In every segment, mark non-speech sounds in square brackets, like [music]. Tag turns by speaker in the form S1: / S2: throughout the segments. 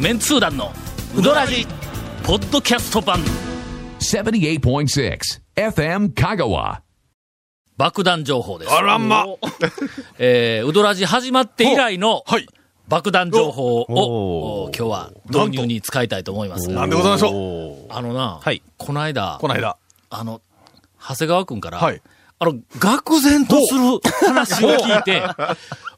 S1: メンツー団のうどらじポッドキャスト版
S2: 78.6 FM Kagawa.
S1: 爆弾情報です。
S3: あらま
S1: えー、うどらじ始まって以来の
S3: はい。
S1: 爆弾情報を
S4: お
S1: お今日は導入に使いたいと思いますが
S3: なんでございましょう。
S1: あのな、
S4: はい
S1: この間
S3: こ、の間。
S1: あの、長谷川くんから、
S3: はい
S1: あの、愕然とする話を聞い
S3: [laughs]
S1: て、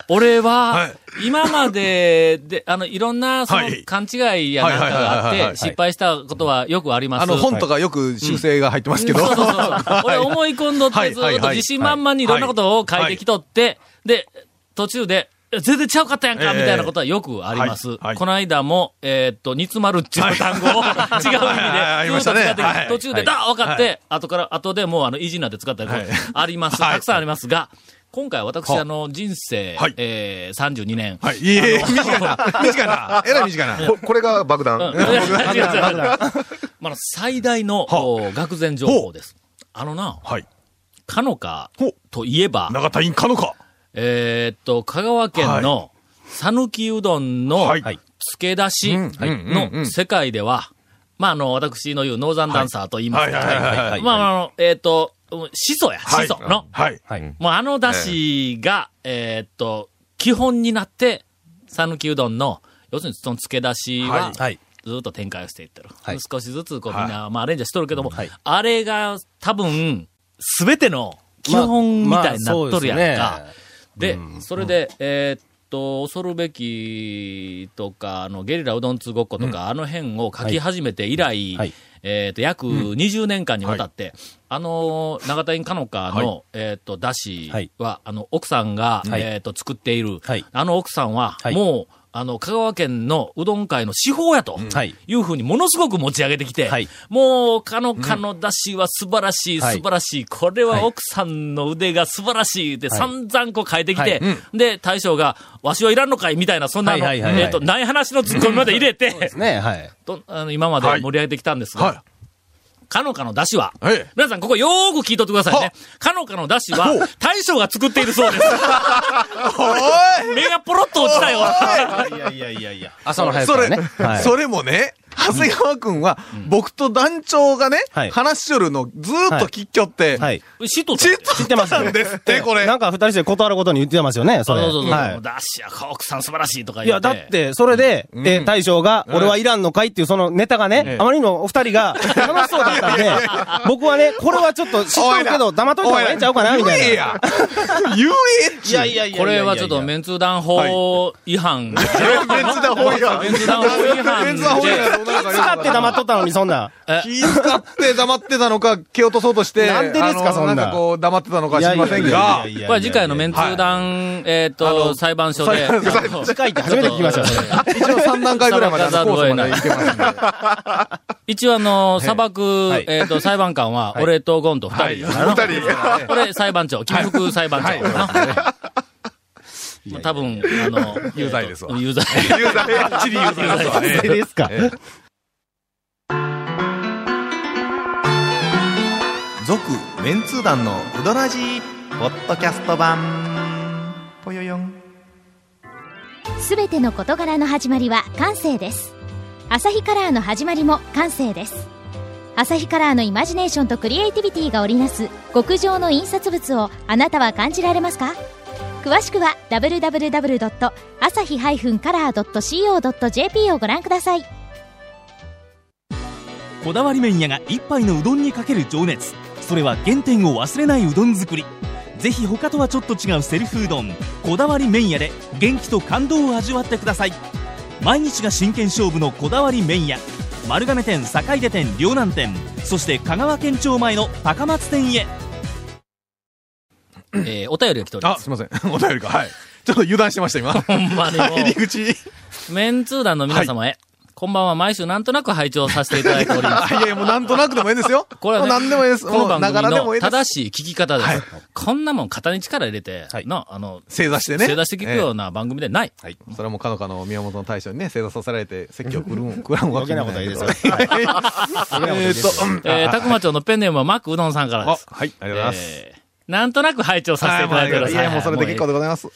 S1: 俺
S3: は、
S1: はい今まで、で、あの、いろんな、その
S3: はい、
S1: 勘違いやなんかがあっ
S3: はいはいはいはいは
S1: て、
S3: い
S1: 失敗したことはよくあります。
S3: あの、本とかよく修正が入ってますけど。 [laughs]
S1: そうそうそう。俺
S3: はい
S1: 思い込んどっ
S3: は
S1: て
S3: い
S1: ずっ
S3: はい
S1: と
S3: はい
S1: 自信満々にいろんなことを書いてきとって、で、途中で、え全然ちゃうかったやんか、
S3: ええ
S1: みたいなことはよくあります。
S3: はいはい
S1: この間も、えーっと、煮詰まるっちゅう単語
S3: [laughs]
S1: を違う
S3: はいあ
S1: 意
S3: り
S1: 味で、
S3: ま
S1: ず
S3: し
S1: っと使っ
S3: たね
S1: てき
S3: は
S1: て、
S3: い
S1: 途中で、だ分かって、後から、後でもう、あの、意地になって使ったり
S3: はい、
S1: あります。
S3: はい
S1: たくさんありますが、今回私、あの、人生
S3: はい、
S1: えー32年。
S3: はい。いえい [laughs] え、短いな。短いな。えらい短いな。
S5: ここれが爆弾。
S1: うん違う違う違うまあ最大の、
S3: は
S1: お愕然情報です。あのな、
S3: はい。
S1: かのか
S3: ほう
S1: といえば、
S3: 長田院かのか。
S1: えーっと、香川県の、さぬきうどんの、
S3: はい
S1: 漬け出しの世界では、まあ、あの、私の言うノーザンダンサーと言いますが、
S3: はいはいはいはい
S1: まあ、あの、えーっと、しそや、
S3: は
S1: し
S3: い
S1: その、
S3: はい。
S4: はい。
S1: もうあの出汁が、えーっと、基本になって、讃岐うどんの、要するにその漬け出しは、
S4: はい。
S1: ずっと展開をしていってる。
S4: はい
S1: 少しずつ、こう、み
S3: はい
S1: んな、まあ、アレンジはしとるけども、
S4: はい
S1: あれが多分、すべての基本みたいになっとるやんか。
S4: まあそうですね
S1: で、それで、えーっと、恐るべきとか、あの、ゲリラうどん通ごっことか、あの辺を書き始めて以来、
S4: はい
S1: えーっと、約20年間にわたって、あの、長田院かのかの、えーっと、だし
S4: はい
S1: は、あの、奥さんが、
S4: はい
S1: えーっと、作っている、
S4: はい
S1: あの奥さんは、
S4: はい
S1: もう、あの、香川県のうどん界の司法やと。
S4: はい。
S1: いうふうにものすごく持ち上げてきて、
S4: はい
S1: もう、かのかの出汁は素晴らしい、
S4: はい
S1: 素晴らしい、これは
S4: はい
S1: 奥さんの腕が素晴らしいって
S4: はい
S1: 散々こう変えてきて
S4: は、
S1: で、大将が、わしはいらんのかいみたいな、そんなの、
S4: はいはいはいはい
S1: えっと、ない話のツッコミまで入れ
S4: [laughs]
S1: て、
S4: ねはい。
S1: とあの今まで盛り上げてきたんですが、
S3: は
S1: かのかの出汁は、
S3: はい
S1: 皆さんここよーく聞いとってくださいね
S3: は。
S1: かのかの出汁は、大将が作っている
S4: [laughs]
S1: そうです。目がポロッと落ちたよ。
S4: いやいやいやいや。朝の早く
S3: そ
S4: から
S3: れ
S4: ね。は、い。
S3: それもね、長谷川くんは、僕と団長がね
S4: はい、
S3: 話しよるのずーっと聞きよって、
S4: はい。
S1: シト
S3: ちっとってたんですって、これ。
S4: なんか二人で断ることに言ってますよね、それ。
S1: そうそうそう。
S4: は
S1: ダッシュやか、奥さん素晴らしいとか
S4: い。い
S1: 言
S4: や、
S1: って。
S4: だっ。て、それで、え、大将が、俺はいらんのかいっていうそのネタがね、あまりのお二人が楽しそうだったんで、僕はね、これはちょっと知っとるけど、黙っといた方がええんちゃうかな、みた
S3: 言え
S4: いな。
S3: や。言えっちゅう。
S4: いやい
S1: これはちょっとメンツー団法違反。
S3: メンツだ方が。
S1: メンツ団法違反
S3: メンツだ方が。
S4: 使って黙っとったのに、そんな。
S3: 気使って黙ってたのか、蹴落とそうとして。
S4: なんでですか
S3: あの
S4: そんな
S3: なんかこう、黙ってたのか知りませんが
S4: いやいやいやい。や
S1: これは次回のメンツー団、えっと、裁判所で。
S4: 次回って初めて聞きましたよそれ。
S3: 一応3段階ぐらいまであのコースまで行けますんで。
S1: 一応あの、砂漠
S4: はい、
S1: えっと、裁判官は、俺とゴンと二人。
S5: 二人。
S1: [laughs] これ裁判長、金服裁判長。なまあ多分、あの、
S3: 有罪ですわ
S1: えーと有罪。
S5: [laughs]
S3: バッチリ言う
S1: 有罪
S3: ぞ
S4: それですか。
S3: 続メンツー団のうどらじポッドキャスト版ぽよよん
S6: すべての事柄の始まりは感性ですアサヒカラーの始まりも感性ですアサヒカラーのイマジネーションとクリエイティビティが織りなす極上の印刷物をあなたは感じられますか詳しくは www.asahi-color.co.jp をご覧ください
S7: こだわり麺屋が一杯のうどんにかける情熱それは原点を忘れないうどん作りぜひ他とはちょっと違うセルフうどんこだわり麺屋で元気と感動を味わってください毎日が真剣勝負のこだわり麺屋丸亀店坂出店両南店そして香川県庁前の高松店へ
S1: [laughs] えーお便りが来ており
S3: あ
S1: ますす。
S3: いません [laughs] お便りかはいちょっと油断してま [laughs] した今
S1: ほんまにもう
S3: 入り口い
S1: メンツー団の皆様へ、こんばんは毎週なんとなく拝聴させていただいております。
S3: やいやもうなんとなくでもいいですよ
S1: これはね
S3: もう何でもいいです
S1: この
S3: もう
S1: 番
S3: ながら
S1: 組
S3: でも
S1: の
S3: いいです
S1: 正しい聞き方です。
S3: はい
S1: こんなもん肩に力入れて、な、あの、
S3: 正座してね
S1: 正座して聞くような番組でない。
S3: はいそれはもうかのかの宮本の大将にね正座させられて席を
S1: [laughs]
S3: くるん食らうわけもけど
S4: 余計
S3: えーっとうん
S1: えー、たくま町のペンネームはマックうどんさんからで
S3: あ
S1: す。
S3: はいありがとうございます
S1: えーなんとなく拝聴させていただいておりま
S3: い
S1: す。
S3: やもうそれで結構でございます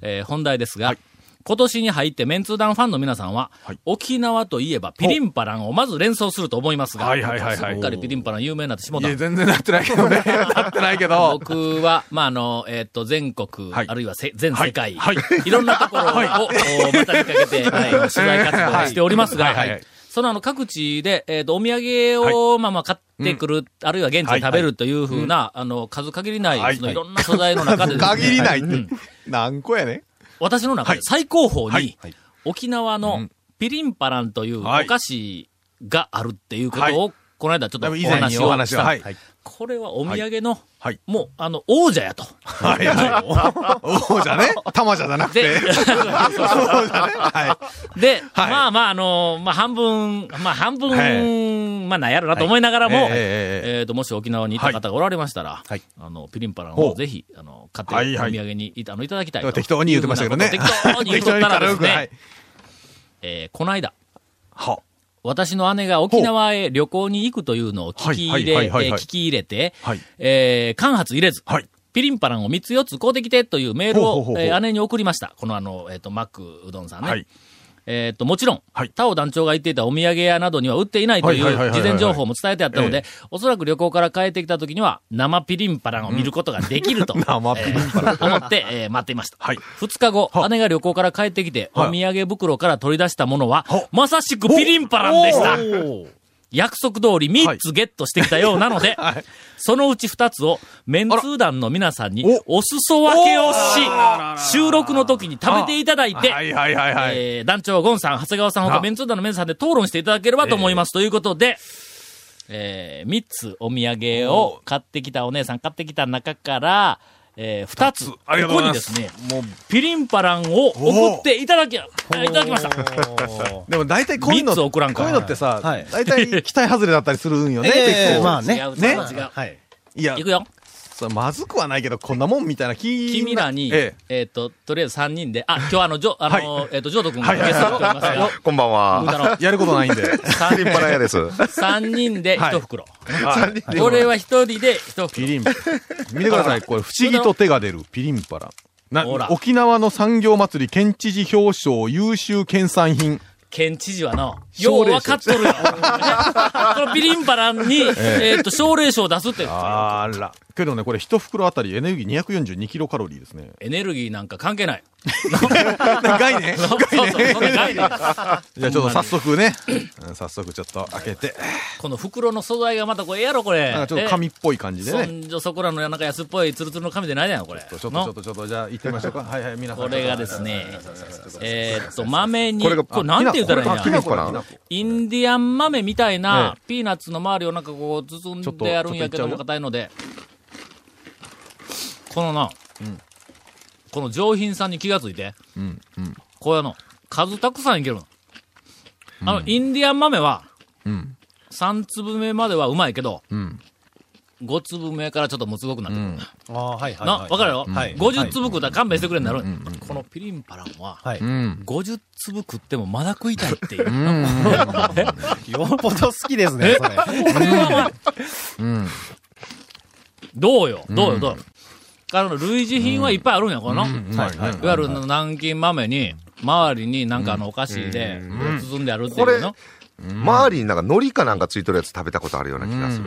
S1: えー本題ですが、今年に入ってメンツー団ファンの皆さんは、
S3: はい
S1: 沖縄といえばピリンパランをまず連想すると思いますが、
S3: はいはいはいはい
S1: すっかりピリンパラン有名になってしもう
S3: い
S1: た
S3: や、。全然なってない
S1: [laughs]
S3: けどね。なってないけど。
S1: 僕は、まあ、あの、えっ、と、全国、
S3: はい
S1: あるいはせ全世界、
S3: はいい
S1: ろんなところを、おまたにかけ
S3: [laughs]
S1: て、はい取材活動をしておりますが、
S3: はいはいはい
S1: そのあの各地で、えっ、と、お土産を、まあまあ買ってくる、あるいは現地で食べるというふうな、あの、数限りない、
S3: はい
S1: そのいろんな素材の中でですね、
S8: 限りないっ
S1: う
S8: て
S1: ん。
S8: 何個やね
S1: 私の中で最高峰に、
S3: はい
S1: 沖縄
S3: う
S1: の
S3: ん
S1: ピリンパランというお
S3: はい
S1: 菓子があるっていうことを、この間ちょっとお
S3: 以前
S1: 話
S3: に
S1: を
S3: お話
S1: した
S3: は。はい。
S1: これはお土産の、
S3: はい
S1: もう、あの、王者やと。
S3: はいは
S8: 王じゃね玉じゃ
S1: [laughs]
S8: なくて。
S1: で、
S8: そうじゃねは
S1: で、
S3: はい
S1: まあまあ、あの、まあ半分、まあ半分、
S3: は
S1: まあなんやろなと思いながらも、
S3: はいえ
S1: え
S3: え
S1: っ、と、もし沖縄に行った方がおられましたら、
S3: はい
S1: あの、ピリンパラン
S3: ほ
S1: を
S3: う
S1: ぜひ、あの、買って、
S3: はいはい
S1: お土産にいたあのいただきたいと
S8: い。適当に言ってましたけどね。
S1: 適当に言うとったらで
S8: 適当に軽
S1: す
S8: くは
S1: ね
S8: い、
S1: えーこの間、
S3: は。
S1: 私の姉が沖縄へ旅行に行くというのを聞き入れ、
S3: はいはいはいはい
S1: えー聞き入れて、
S3: はい
S1: えー間髪入れず、
S3: はい
S1: ピリンパランを3つ4つ買うてきてというメール
S3: ほうほ
S1: を
S3: うほうほう
S1: えー姉に送りました。このあの、えっ、と、マックうどんさんね。
S3: はい
S1: えっ、と、もちろん、
S3: はい
S1: 他を団長が言っていたお土産屋などには売っていないとい
S3: はいはいはいは
S1: う
S3: いは
S1: 事
S3: い
S1: 前情報も伝えてあったので、おそらく旅行から帰ってきた時には生ピリンパランを見ることができる
S3: [laughs]
S1: と、
S8: 生ピリンパラン
S1: えー思って、えー待っていました。
S3: はい
S1: 2日後
S3: は、
S1: 姉が旅行から帰ってきて、
S3: はい
S1: お土産袋から取り出したものは
S3: は、
S1: まさしくピリンパランでした。約束通り3つゲットしてきたようなの
S3: [laughs]
S1: で、そのうち2つをメンツー団の皆さんにお裾分けをし、収録の時に食べていただいて、
S3: はいはいはいはい。
S1: えー団長ゴンさん、長谷川さんほか
S3: あ
S1: メンツー団の皆さんで討論していただければと思います。ということで、えー、3つお土産を買ってきたお姉さん買ってきた中から、えー、2つ、こ
S3: ありがとう
S1: こ
S3: ござ
S1: にで
S3: いま
S1: すすね、ピリンパランを送っていただき、いただきました。
S8: でも大体こういうの、
S1: 三つ
S8: こ
S1: 送らんか
S8: ういうのってさ
S4: はい、
S8: 大体期待外れだったりするんよね、
S4: ええ
S8: 結構。
S4: まあね
S1: 違う、違
S8: ね
S1: う、違う。
S4: はい。
S8: いや
S1: い、くよ。
S8: それまずくはないけど、こんなもんみたいな気
S1: 君らに、え
S3: え
S1: っ、と、とりあえず3人で、あ、今日はあの、ジョ、あの、えっ、と、ジョート君が
S3: はいは
S1: ゲ
S3: い
S1: ストに来ておりますが、
S5: こんばん
S1: 文太郎
S5: は。
S8: やることないんで。
S5: ピリンパラ屋です。
S1: 3人で1袋。
S3: はい
S1: これは1人で1
S8: ピ
S1: 袋。
S8: リン。見てくだ
S1: [laughs]
S8: さい、これ、不思議と手が出るピリンパラ。
S1: ほら
S8: な沖縄の産業祭り県知事表彰優秀県産品。
S1: 県知事はな、よう
S8: 奨励賞
S1: 分かっとるよ。ねこのピリンパランに、えっと、奨励賞を出すって、
S8: あら。けどね、これ一袋あたりエネルギー242キロカロリーですね。
S1: エネルギーなんか関係ない。
S8: 概念
S1: そうそうそう、そんな
S8: [laughs]
S1: 概念
S8: じゃあちょっと早速ね、うん早速ちょっと開けて、
S1: この袋の素材がまたこれええやろ、これ。
S8: なんかちょっと紙っぽい感じで
S1: そ
S8: ね。
S1: んじょそこらのなんか安っぽいツルツルの紙でないやん、これ。
S8: ちょっとち
S1: の
S8: ょっとちょっとじゃあ行ってみましょうか。はいはい、皆さん。
S1: これがですね、えーっと、豆に、こ
S5: こ
S1: れ
S5: れが
S1: なんて言ったらいいん
S5: あきな
S1: や。
S5: 粉なん
S1: インディアン豆みたいな、ピーナッツの周りをなんかこう、包ん
S8: ちょっと
S1: であるんやけど
S8: ちょ
S1: も
S8: っといっちゃうよ
S1: 硬いので、このな、この上品さに気がついて、これあの、数たくさんいけるの。あの、インディアン豆は、
S8: ん
S1: 3粒目まではうまいけど、
S8: ん
S1: 5粒目からちょっとむつごくなってくる。
S4: ああ、はいはい。
S1: な、わかるよ。
S4: はい。
S1: 50粒食うたら勘弁してくれになる。このピリンパランは、
S4: はい。
S8: うん。
S1: 50粒食ってもまだ食いたいっていう。
S4: よっぽど好きですね、それ。
S1: どうよ、どうよ、どうよ。あの、類似品はいっぱいあるんや、この。い
S8: はいはい。
S1: わゆる南京豆に、周りになんかあのお菓子で包んであるってい
S5: こ
S1: う
S5: れ
S1: の。、
S5: 周りになんか海苔かなんかついてるやつ食べたことあるような気がする。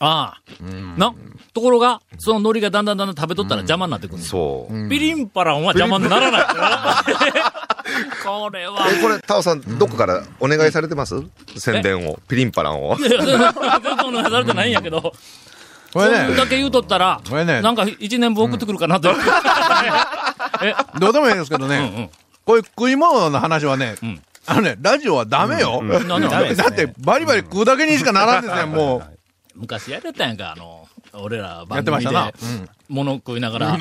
S1: ああ。な、ところが、その海苔がだんだんだんだん食べとったら邪魔になってくるんですよ
S5: そう。
S1: ピリンパランは邪魔にならない。 [laughs] これは。
S5: え、これ、タオさん、どこからお願いされてます宣伝を。ピリンパランを。
S1: いやいや、そんなされてないんやけど。
S8: これ
S1: こんだ
S8: ね、
S1: け言うとったら、
S8: これね
S1: なんか一年分送ってくるかな [laughs] と。え、
S8: どうでもいいですけど
S1: うんう
S8: ね、
S1: ん。
S8: こういう食い物の話はね
S1: ん、
S8: あのね、ラジオはダメよ。
S1: んなんでダメです
S4: ね
S8: だって、バリバリ食うだけにしかならんですね、もう。
S1: 昔やれたやんか、あの、俺ら
S8: や
S1: 番
S8: ってま
S1: 組
S8: し
S1: で
S8: たな。
S1: 物食いながら、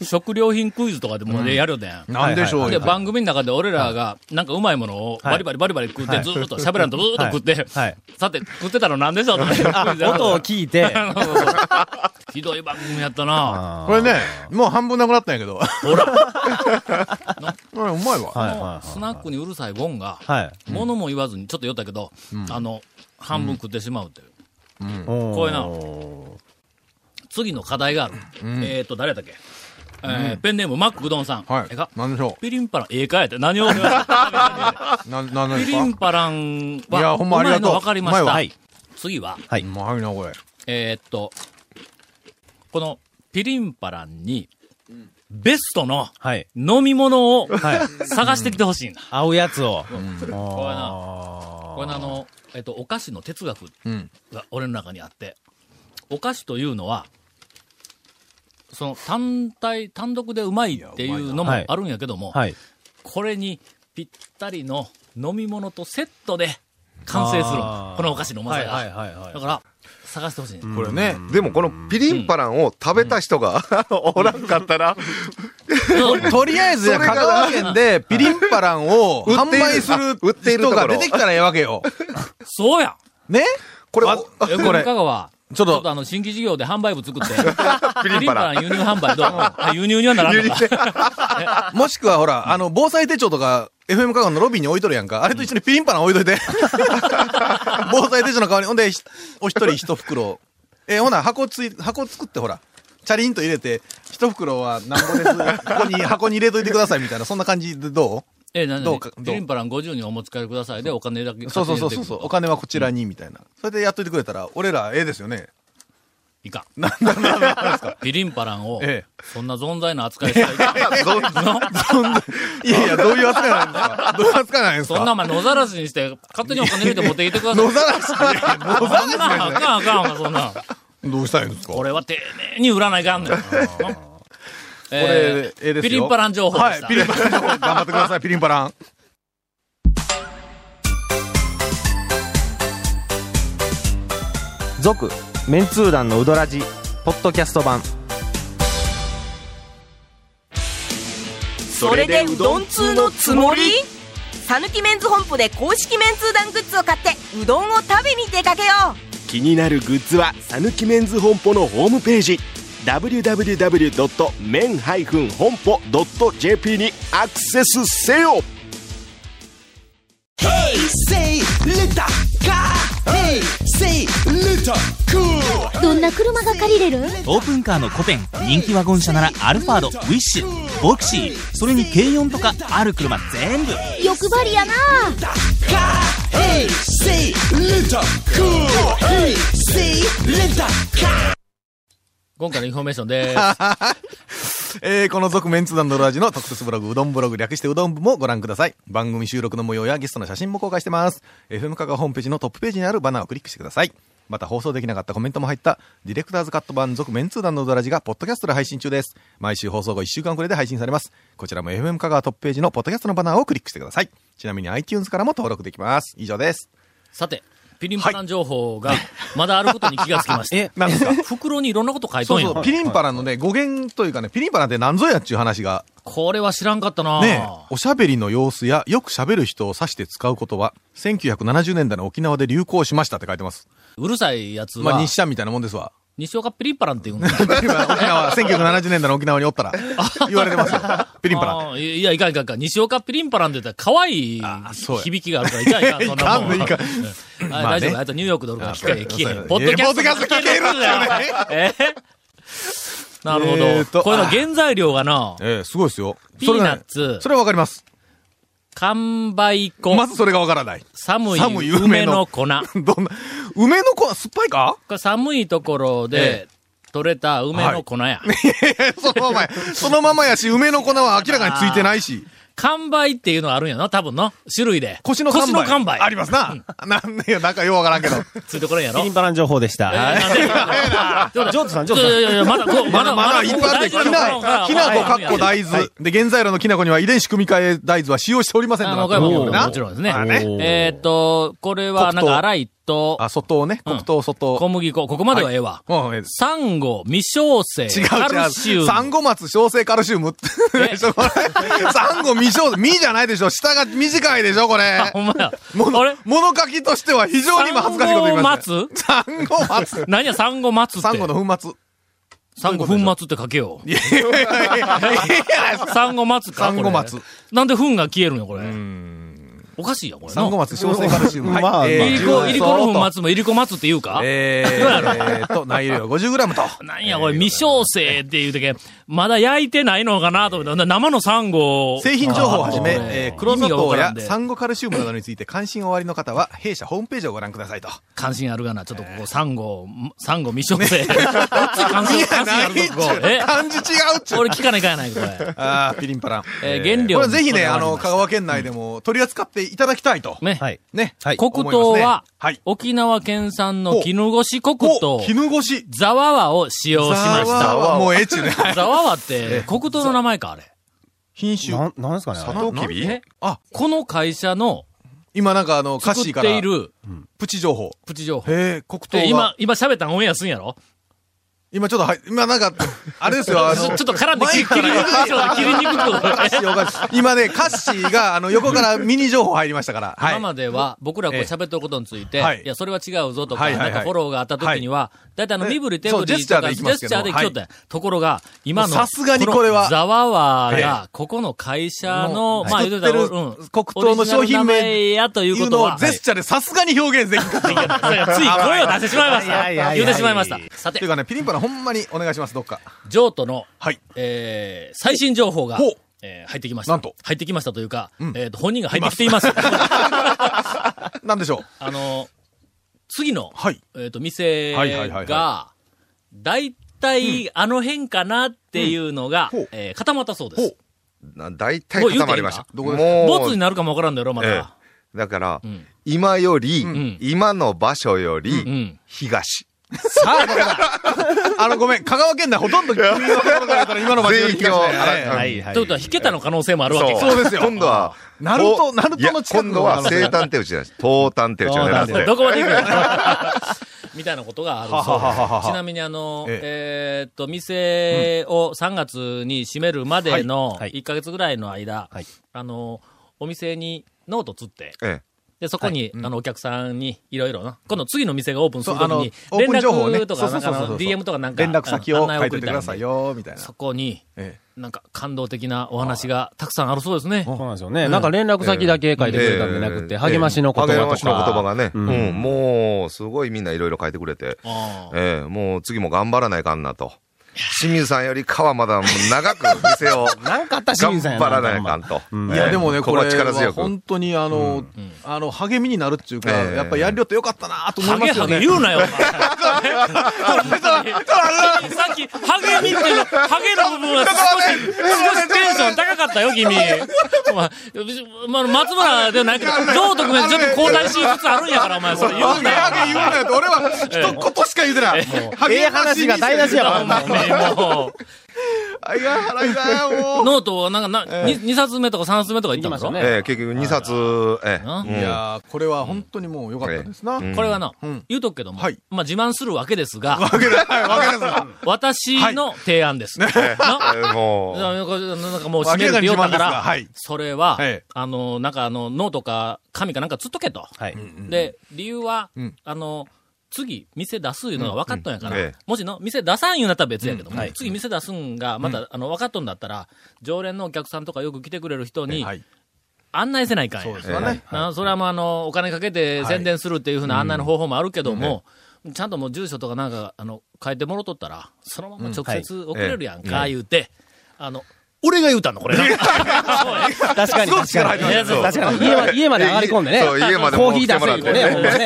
S1: 食料品クイズとかでもねやるよね。
S8: うんなんでしょう
S1: で、
S8: よ。
S1: 番組の中で俺らが、なんかうまいものをバリバリバリバリ食って、ずーっと喋らんとずーっと食って、
S4: はい。
S1: さて、食ってたのなんでしょうって。
S4: 音を聞いて、
S1: [laughs] ひどい番組やったな。
S8: これね、もう半分なくなったんやけど。 [laughs]
S1: ほら、
S8: これうまいわ。
S4: はいはいは
S1: スナックにうるさいゴンが、
S4: い。はい。
S1: 物も言わずに、ちょっと酔ったけど、あの、半分食ってしまうっていう。
S4: こ
S1: こういうな次の課題がある。えっ、と、誰だっけえーペンネーム、マックうどんさん。
S3: はい
S1: ええか
S3: 何でしょう
S1: ピリンパラン、ええかやって。何を俺は
S3: な、なん
S1: ピ
S3: です
S1: リン
S3: か
S1: パランは、
S3: いやほんまありがとう
S1: わかりま
S3: う
S1: し
S3: ま
S1: た。
S3: いわ
S1: はい次は、
S3: うまいな、これ。
S1: えーっと、このピリンパランに、ベストの
S4: はい。
S1: 飲み物を
S4: はい
S1: 探してきてほしいんだ。
S4: 合うやつを。
S1: これな、これなあの、えっと、お菓子の哲学
S3: うん。
S1: が俺の中にあって、お菓子というのは、その単体、単独でうまいっていうのも
S4: いやうまいな
S1: あるんやけども、
S4: はい。
S1: これにぴったりの飲み物とセットで完成するんだ
S4: あー
S1: このお菓子のうまさが。
S4: はいはいはいはい
S1: だから、探してほしいね、
S3: これね。
S5: でもこのピリンパランを食べた人が、おらんかったら、
S3: とりあえず、
S5: そ
S3: 香
S5: れが
S3: 川県でピリンパランを
S5: 売っ
S3: 販
S5: ている
S3: 売す
S5: あ売っ
S3: る
S5: ていると
S3: 人
S5: ころ
S3: が出てきたらええわけよ。
S1: そうやん
S3: ね
S5: これ、
S3: わ
S5: あ
S1: え、こ
S3: こ
S1: れ、
S3: れ
S1: 香川。
S3: ちょっと
S1: ちょっとあの、新規事業で販売部作
S3: [laughs]
S1: って、ピ
S5: ピリ
S1: リ
S5: ン
S1: ン
S5: パ
S1: パラ
S5: ラン
S1: ン。輸入販売どうあ輸入にはならんのか。
S3: もしくはほら、あの、防災手帳とか、FM 香川のロビーに置いとるやんか。あれと一緒にピリンパラン置いといて。 [laughs] 防災手帳の代わりに。ほんで、ひお一人一袋。えほな、箱つい、箱作ってほら。チャリンと入れて、一袋は何個です。ここに、箱に入れといてくださいみたいな、そんな感じでど
S1: え、なん
S3: ど
S1: で
S3: うかどう
S1: ピリンパラン50にお持ち帰りくださいで、お金だけ
S3: うそうそうそうそうそう。お金はこちらに、みたいな。それでやっといてくれたら、俺ら、ええですよね。
S1: いかん。ピリンパランを
S3: ええ、
S1: そんな存在の扱いしたい。
S3: いやいや、どういう扱いなんですかどういう扱いなんですか
S1: そんなお前野ざらしにして、勝手にお金入れて持ってきてください。
S3: 野ざらし野ざら
S1: [laughs]
S3: し
S1: あかんあかんあかんあかん、そんなん。
S3: どうしたいんですか
S1: これは丁寧に売らないか
S3: [laughs]
S1: んねん。え
S3: ええです
S1: ーピ
S3: よ
S1: リンパラン情報で
S3: は
S1: し
S3: い、
S1: た
S3: ピ。リンパランの方頑張ってください、ピリンパラン。
S4: 続、メンツー団のウドラジ、ポッドキャスト版。
S9: それでうどん通のつもりさぬきメンズ本舗で公式メンツー団グッズを買ってうどんを食べに出かけよ
S10: 気になるグッズはさぬきメンズ本舗のホームページ www.men-honpo.jp にアクセスせよ
S6: どんな車が借りれる
S7: オープンカーの古典人気ワゴン車ならアルファードウィッシュボクシーそれに軽4とかある車全部
S6: 欲張りやな
S1: 今回のインフォメーションです。
S3: えー、この続メンツ団のラジの特設ブログ、うどんブログ略してうどん部もご覧ください。番組収録の模様やゲストの写真も公開してます。FM カガホームページのトップページにあるバナーをクリックしてください。また放送できなかったコメントも入った、ディレクターズカット版続メンツ団のうどらじが、ポッドキャストで配信中です。毎週放送後1週間くらいで配信されます。こちらも FM カガトップページのポッドキャストのバナーをクリックしてください。ちなみに iTunes からも登録できます。以上です。
S1: さて、ピリンパラン情報が、まだあることに気がつきました。
S4: え
S3: なんですか
S1: [laughs] 袋にいろんなこと書いと
S3: そうん
S1: や
S3: そう、ピリンパラのね、語源というかね、ピリンパラって何ぞやっちゅう話が
S1: これは知らんかったな
S3: ねえおしゃべりの様子やよくしゃべる人を指して使う言葉、1970年代の沖縄で流行しましたって書いてます。
S1: うるさいやつは、
S3: まあ、日社みたいなもんですわ。 [laughs]
S1: 西岡ピリンパランって言うんだ。
S3: 沖縄、1970年代の沖縄におった [laughs] ら、言われてますよ。ピリンパラ。
S1: あーいや、いかんいかんいかん。西岡ピリンパランって言ったら可愛い
S3: ーそうや
S1: 響きがあるから、いかんいか
S3: [laughs]
S1: ん、そんなもん。
S3: いかんいかん
S1: うん
S3: まあ
S1: あ大
S3: ね
S1: 丈夫。あとニューヨークドルが聞け、聞け
S3: そう
S1: へ
S3: や
S1: ん。
S3: ね
S1: ポッドキャスト
S3: いやポッドキャスト聞けるん
S1: えーなるほど。
S3: えーと
S1: これの原材料がな、
S3: ええ、すごいですよ。
S1: ピーナッツ
S3: それがねそれはわかります。
S1: 完売粉、
S3: まずそれがわからない。 [laughs]
S1: 寒い
S3: 寒い
S1: 梅
S3: 梅
S1: の
S3: の
S1: 粉。
S3: どんな、梅の子は酸っぱいか
S1: これ寒いところで、取れた梅の粉や。
S3: えそのままや。そのままやし、梅の粉は明らかについてないし。
S1: 完売っていうのはあるんやな、多分の。種類で。
S3: 腰の乾杯。
S1: 腰の完売。
S3: ありますな。なんでよ、なんかようわからんけど。
S1: ついてこれんやろ
S4: ピリ。ンパラン情報でした。
S1: えーなんで
S4: ジョートさん、ジョー
S1: い
S4: ト
S1: やい
S4: さん。
S1: やいや、まだ、こうまだ、
S3: まだいっぱいあって、きな、きなこかっこ大豆。で、原材料のきなこには遺伝子組み換え大豆は使用しておりません
S1: あ
S3: と
S1: の、
S3: な
S1: これも
S3: な
S1: もちろんですね
S3: あ。ね
S1: えーっと、これは、なん
S3: 黒
S1: か、
S3: 糖
S1: 粗いと、
S3: あ、外をね、黒糖外。
S1: 小麦粉、ここまではええわ。
S3: うん、ええ
S1: サンゴ、未生成、
S3: 違う違う。
S1: カルシウム。
S3: サンゴ松小生カルシウムって。 [laughs]
S1: え
S3: そこれサンゴ未小生、未じゃないでしょ。下が短いでしょ、こ
S1: あ
S3: れ。
S1: ほんまや。
S3: も
S1: あれ
S3: の、物書きとしては非常に今恥ずかしいこと言いましたね。サンゴ松
S1: 何や、サンゴ松って。
S3: サンゴの粉末。
S1: サンゴ粉末って書けよう。いやいやいやサンゴ松か。
S3: サンゴ松
S1: これなんで粉が消えるんよ、これ。おかしいよ、これ
S3: サンゴ
S1: の。
S3: 松小生カルシウム。
S4: まあまあ
S3: えー
S1: いりこ、いりこの粉
S3: 松。
S1: 末もいりこ松って言うか
S3: えーえーと、内容量 50g と。
S1: なんや、これ、未小生って言うてけ、まだ焼いてないのかなと思って、生のサンゴを
S3: 製品情報をはじめ、
S1: あー
S3: えー黒砂
S1: 意味がわ
S3: 糖
S1: から
S3: や
S1: んで
S3: サンゴカルシウムなどについて関心おありの方は、弊社ホームページをご覧くださいと。
S1: 関心あるがな、ちょっとここ、サンゴ、サンゴ未小
S3: [laughs]
S1: 生。こっち関心、関心あるとこ、え
S3: 漢字違うっちゅう。
S1: 俺聞かないかやない、これ。
S3: あーピリンパラン。
S1: えー原料
S3: これぜひね、
S1: にこだわ
S3: あ
S1: ります
S3: の、香川県内でも取り扱っていただきたいと。
S1: ね。
S4: はい。
S3: ね。
S4: はい
S1: 黒糖
S3: 思いま
S1: は
S3: すねはい、
S1: 沖縄県産の絹ごし黒糖
S3: お、、絹ごし。
S1: ザワワを使用しまし
S3: ざ
S1: た。
S3: わもうええっち
S1: [laughs]
S3: ゅうね。はい
S1: ザワワって、黒糖の名前か、あれ。
S3: 品種。
S4: なん、なんですかねあれ
S5: トウキビ
S1: え
S3: あ、
S1: この会社の
S3: [laughs] 今なんかあの、歌
S1: 作
S3: 詞
S1: っ
S3: から
S1: てい、る
S3: プチ情報。
S1: プチ情報。
S3: へえ、黒糖が
S1: で、今、今喋ったんオンエアすんやろ
S3: 今ちょっとはい、今な
S1: [laughs]
S3: んか、あれですよ、あ
S1: ちょちょ
S3: の
S1: っ、と絡んで切り切りにくくしよう
S3: [laughs]
S1: ぜ切りにくくしようぜ
S3: 今ね、カッシーが、あの、横からミニ情報入りましたから。はい。
S1: 今までは僕らこう
S3: ええ
S1: 喋ってることについて、
S3: はい
S1: いや、それは違うぞとか、
S3: はいはい
S1: な
S3: は
S1: いんかフォローがあった時には、だいたいあの、
S3: え
S1: 身振り手振りとか、
S3: そうジェスチャーで行きます
S1: ジェス
S3: けど
S1: チャーで来よったんやところが、今の、
S3: もうさすがにこれは
S1: のザワワ
S3: は
S1: が、ここの会社の、
S3: もう
S1: まあ、
S3: 作
S1: 言う
S3: って
S1: てた
S3: る
S1: ら、
S3: 黒糖の商
S1: オリジナ
S3: 品名
S1: ル名前やという
S3: い
S1: こ
S3: う
S1: と
S3: のを
S1: は、
S3: ジェスチャーでさすがに表現できなかった。
S1: はいつい声を出してしまいまし
S4: いやいやい
S1: た。
S4: やい
S1: 言
S4: や
S1: ってしまいました。さ
S3: とい
S1: て
S3: う、かね、ピリンパラほんまにお願いします、どっか。
S1: 譲渡の、
S3: はい。
S1: えー、最新情報が
S3: ほう、
S1: えー入ってきました。
S3: なんと
S1: 入ってきましたというか、えっと、本人が入ってきています。
S3: [laughs] なんでしょう。
S1: あの、次の、
S3: はい
S1: えっ、と、店
S3: はいはいはい
S1: が、だいたいあの辺かなっていうのが、
S3: うんほう
S1: えー固まったそうです。
S5: な大体固まりました。
S3: もう言うてい
S1: ボツ
S5: も
S1: に
S5: う、
S1: なるかもわからんだよ、ま
S5: え
S1: だ。
S5: えだから、
S1: ん
S5: 今より、
S1: ん
S5: 今の場所より、
S1: ん
S5: 東。
S3: あの、ごめん、香川県内ほとんど君のところからやったら今の場所より
S5: 全域を、
S3: 東ね
S5: あら
S3: はい
S5: うん
S1: ということは、引けたの可能性もあるわけか。
S3: そうですよ
S5: 今度は、
S3: ナルト
S5: お
S3: ナルトの近くの
S5: いや今度は西端手打ちじゃないです。東端手打ちを狙っ
S1: そう
S5: て。
S1: どこまで行くの [laughs] みたいなことがある
S3: ははは
S1: そ
S3: は
S1: う
S3: は
S1: です。ちなみにあの、え
S3: ええ
S1: ーっと、店を3月に閉めるまでの
S4: はいはい
S1: 1ヶ月ぐらいの間
S4: はい、
S1: あの、お店にノートつって、
S5: ええ
S1: で、そこに、あの、お客さんに、いろいろな、今度次の店がオープンするときに
S3: そ、うあの
S1: 連
S3: オープン情報をね
S1: 絡とか、
S3: そ
S1: な
S3: うん
S1: か
S3: そうそうそう
S1: あの DM とかなんか、
S3: 連絡先を
S1: うん案内
S3: 書い
S1: 送
S3: とい
S1: りたん
S3: てく
S1: で
S3: ださいよ、みたいな。
S1: そこに、
S3: え
S1: なんか感動的なお話がたくさんあるそうですね。
S4: そうなんですよね。なんか連絡先だけ書いてくれたんじゃなくて、励ましの言葉とか。
S5: 励ましの言葉がね、
S4: うん
S5: うん、もう、すごいみんないろいろ書いてくれて、
S1: ああ
S5: ええ、もう次も頑張らないかんなと。清水さんよりかはまだもう長く店を
S4: なんかあった清
S5: 頑
S4: 水さんや
S5: 張
S4: な
S5: らないかんと。
S3: えいや、でもね、
S5: こ
S3: こ
S5: こは
S3: れは
S5: 力強く。
S3: 本当にあの、あの、励みになるっていうか、
S5: ええ
S3: やっぱやりよってよかったなと思い
S1: ハ
S3: ま
S1: ゲ
S3: す
S1: ハ
S3: よ
S1: ゲ
S3: ね。
S1: 言うなよ、お前さっき、ハゲ見てる、ハゲの部分は少し、少しテンション高かったよ、君。お前、まあ、松村ではないけど、道徳面ちょっと交代しつつあるんやから、お前、それ言
S3: ハ
S1: う
S3: ゲ
S1: なよ。
S3: ハゲ言うなよって、俺は一言しか言うてない。ハ
S4: ええ
S3: ゲ
S4: 話が台無しや
S1: お
S4: わ。
S1: 前もう。
S3: あいや、腹痛いもう。
S1: ノートはなんかな、2, 冊目とか3冊目とか言ったんだろ、
S4: 行きましたね
S5: ええ、結局2冊、ええ
S1: ない
S5: うん
S3: いやーこれは本当にもう良かったですな。
S5: ええうん
S1: これはな、
S3: ん
S1: 言うとくけども、
S3: はい
S1: まあ自慢するわけですが、
S3: わけない、わけないで
S1: 私の提案です。な
S5: ええもう。
S1: なんかなんかもう閉めるって言おったか
S3: 明らかに自慢です
S1: ら、
S3: がはい
S1: それは、
S3: はい
S1: あの、なんかあの、ノートか紙かなんかつっとけと。
S4: はい。
S1: で、理由は、
S3: ん
S1: あの、次、店出すいうのが分かっとんやから、
S5: うんうんええ
S1: もしの、店出さんいうなったら別やけども、
S3: うんはい
S1: 次店出すんが、また、あの、分かっとんだったら、常連のお客さんとかよく来てくれる人
S3: す
S1: に
S3: な。、はい。
S1: 案内せないかんや。
S3: そうですよね。
S1: なそれはもうあの、お金かけて宣伝するっていうふうな案内の方法もあるけども、ちゃんともう住所とかなんか、あの、変えてもろとったら、そのまま直接送れるやん
S5: は
S1: か、言うて、あの、俺が言うたんだ、これな。そうや
S4: 確かに。確かに。
S1: いやそう
S4: 確かに。家まで、家まで上がり込んでね。
S5: そう家まで
S4: コ
S5: も
S4: ー
S5: う
S4: ヒ
S5: 来
S4: ー
S5: てもらっ
S4: 出せ
S5: て
S4: るね。ほんま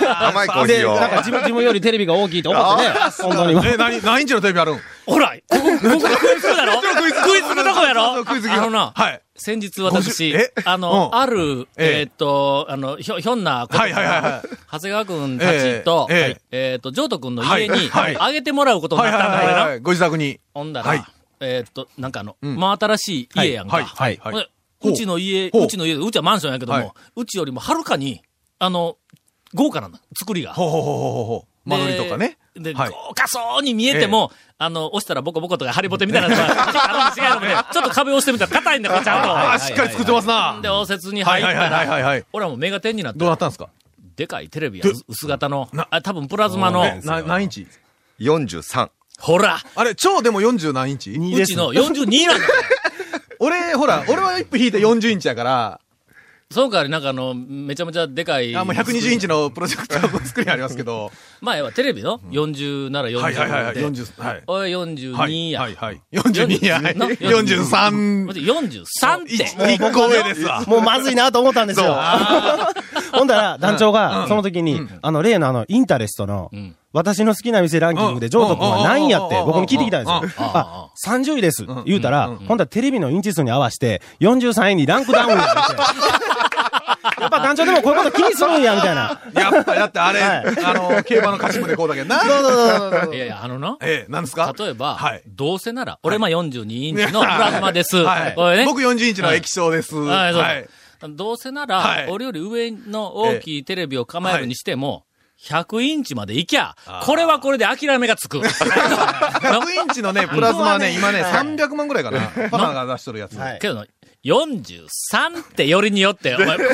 S4: ね
S5: 甘いコーヒ
S4: で、
S5: ーを。
S4: なんか自分、自分よりテレビが大きいと怒ってね。本当に。
S3: え、何、何インチのテレビあるん
S1: ほら、ここ、ここクイズだろクイズのとこやろ
S3: そうクイズ
S1: あのな、
S3: はい。
S1: 先日
S3: 50
S1: 私
S3: え、
S1: あの、
S3: うん
S1: ある、
S3: ええ
S1: えーっと、あの、ひょ、ひょんなこと
S3: [laughs] はいはいはいは
S1: 長谷川くんたちと、
S3: ええええ
S1: えーっと、ジョートくんの家に、
S3: はいはい
S1: あげてもらうことに
S3: は
S1: ないったんだ、
S3: は
S1: これ
S3: い
S1: な
S3: は。い。ご自宅に。
S1: ほんだら、
S3: はい
S1: えーっと、なんかあの、
S3: ん
S1: まあ新しい家やんか。
S3: はいはいはい
S1: ほんで
S3: ほう
S1: うちの家、
S3: ほう
S1: うちの家、うちはマンションやけども、
S3: はいう
S1: ちよりもはるかに、あの、豪華なの、作りが。
S3: ほうほうほうほうほう。間取りとかね。
S1: で、
S3: はい
S1: 豪華そうに見えても、あの、押したらボコボコとかハリボテみたいなのが、ちょっとあるん違うので、
S3: [laughs]
S1: ちょっと壁押してみたら硬いんだよ、これち
S3: あ
S1: ゃん
S3: ー、しっかり作ってます
S1: と。
S3: な。
S1: で、応接に
S3: は
S1: 入
S3: い
S1: った
S3: はい
S1: ら、
S3: はいはいはいはい。
S1: 俺はもうメガテンになって
S3: どう、なったんですか
S1: でかいテレビや、薄型の、あ、多分プラズマの、
S3: えな何インチ
S5: 43。
S1: ほら、
S3: あれ、超でも40何インチ
S1: うちの42なんだよ。
S3: 俺、ほら、俺は一歩引いて40インチやから、
S1: その代わりなんかあの、めちゃめちゃでかい。
S3: あ、もう120インチのプロジェクターの作りありますけど。
S1: 前はテレビの40なら40
S3: はいはいはいはい。
S1: で
S3: 40、はい。
S1: おい、42や。
S3: はいはい。42や。43。
S1: 待って43って。
S3: 1個上ですわ。
S4: もうまずいなと思ったんですよ。ほんだら、団長が、その時に、あの、例のあの、インタレストの、
S1: ん
S4: 私の好きな店ランキングで、ジョート君は何位やって、僕に聞いてきたんですよ。あ、30位です。言うたら、ほんだらテレビのインチ数に合わせて、43位にランクダウンやって。やっぱ団長でもこういうこと気にするんや、みたいな。
S3: やっぱ、だってあれ、あの、競馬の勝ち胸こうだけどな。 [laughs] そうそうそう。
S1: いやいや、あのな。
S3: ええ、なんですか
S1: 例えば
S3: はい、。
S1: どうせなら、俺まあ42インチのプラズマです。
S3: はい
S1: これね
S3: 僕40インチの液晶です。
S1: はいそう
S3: はい。
S1: どうせな
S3: は
S1: ら
S3: い、
S1: 俺より上の大きいテレビを構えるにしても、100インチまで行きゃ、これはこれで諦めが
S3: [laughs]
S1: つく。
S3: 100インチのね、プラズマはね、今ね、300万ぐらいかな。パナが出しとるやつ。
S4: はい
S1: けどな、43ってよりによって、お
S3: [laughs]
S1: 前、ブ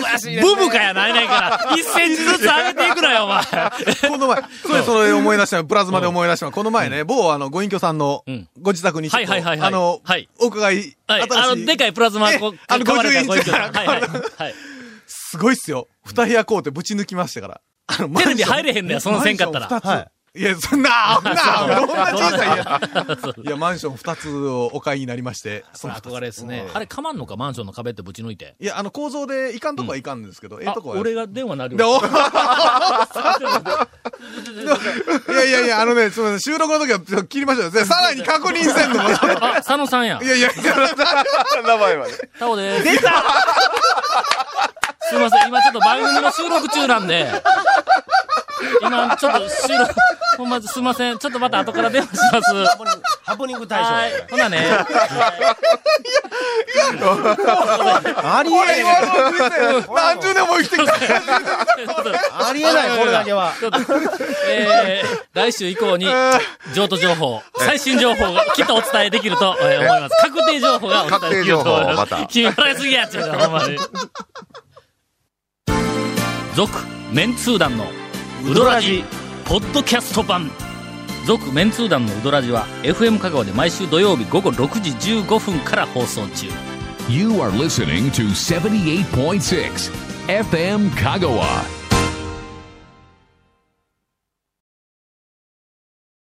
S1: ブかやないないから、1センチずつ上げていくなよ、お前。
S3: この前、それそれ思い出したの、プラズマで思い出したの、この前ね、某あの、ご隠居さんの
S1: うん、
S3: ご自宅にちょっと、
S1: はいはいはいはい
S3: あの、
S1: はい
S3: お伺い、
S1: はい、あの、
S3: 新し
S1: で
S3: い、
S1: かいプラズマ、
S3: え
S1: こう、
S3: あの
S1: 買われた
S3: 50
S1: ご意見
S3: インチ
S1: はいはいはい。
S3: すごいっすよ。二部屋こうってぶち抜きましたから。あの
S1: テレビ入れへんのやその線買ったら
S3: マンション二つ
S4: は
S3: いや、そん
S1: [laughs]
S3: な、そんな、どんな小さいや
S1: そう
S3: いや、マンション二つをお買いになりまして、その二つ
S1: 憧れですね。あれ、かまんのか、マンションの壁ってぶち抜いて。
S3: いや、あの、構造でいかんとこはいかんですけど、ええ
S1: あ
S3: とこは。
S1: 俺が電話なる
S3: で
S1: よ。
S3: おいやいやいや、あのね、すみません、収録の時は切りましょう。でさらに確認せんの
S1: [laughs]
S3: も。い
S1: あ、佐野さんや。
S3: やいやいや、
S5: 名前まで。
S1: タオです。出たすいません、今ちょっと番組の収録中なんで、今ちょっと収録、ほんま、すいません、ちょっとまた後から電話します。
S4: ハプニング大
S1: は
S4: 賞。
S1: い。ほ
S3: [laughs]
S1: なね。
S4: ありえない。
S3: 何十年も生きてきた。
S4: ありえない、これだけは。
S1: ちょっとえー、来週以降に、譲渡情報、最新情報がきっとお伝えできるとえー思います。確定情報がお伝えできると思います。
S5: 確定情報また
S1: 君笑いすぎやっちゃうから、ほんまに。続、メンツー団の、ウドラジ、ポッドキャスト版。続、メンツー団のウドラジは、FM 香川で毎週土曜日午後6時15分から放送中。
S2: You are listening to 78.6 FM Kagawa.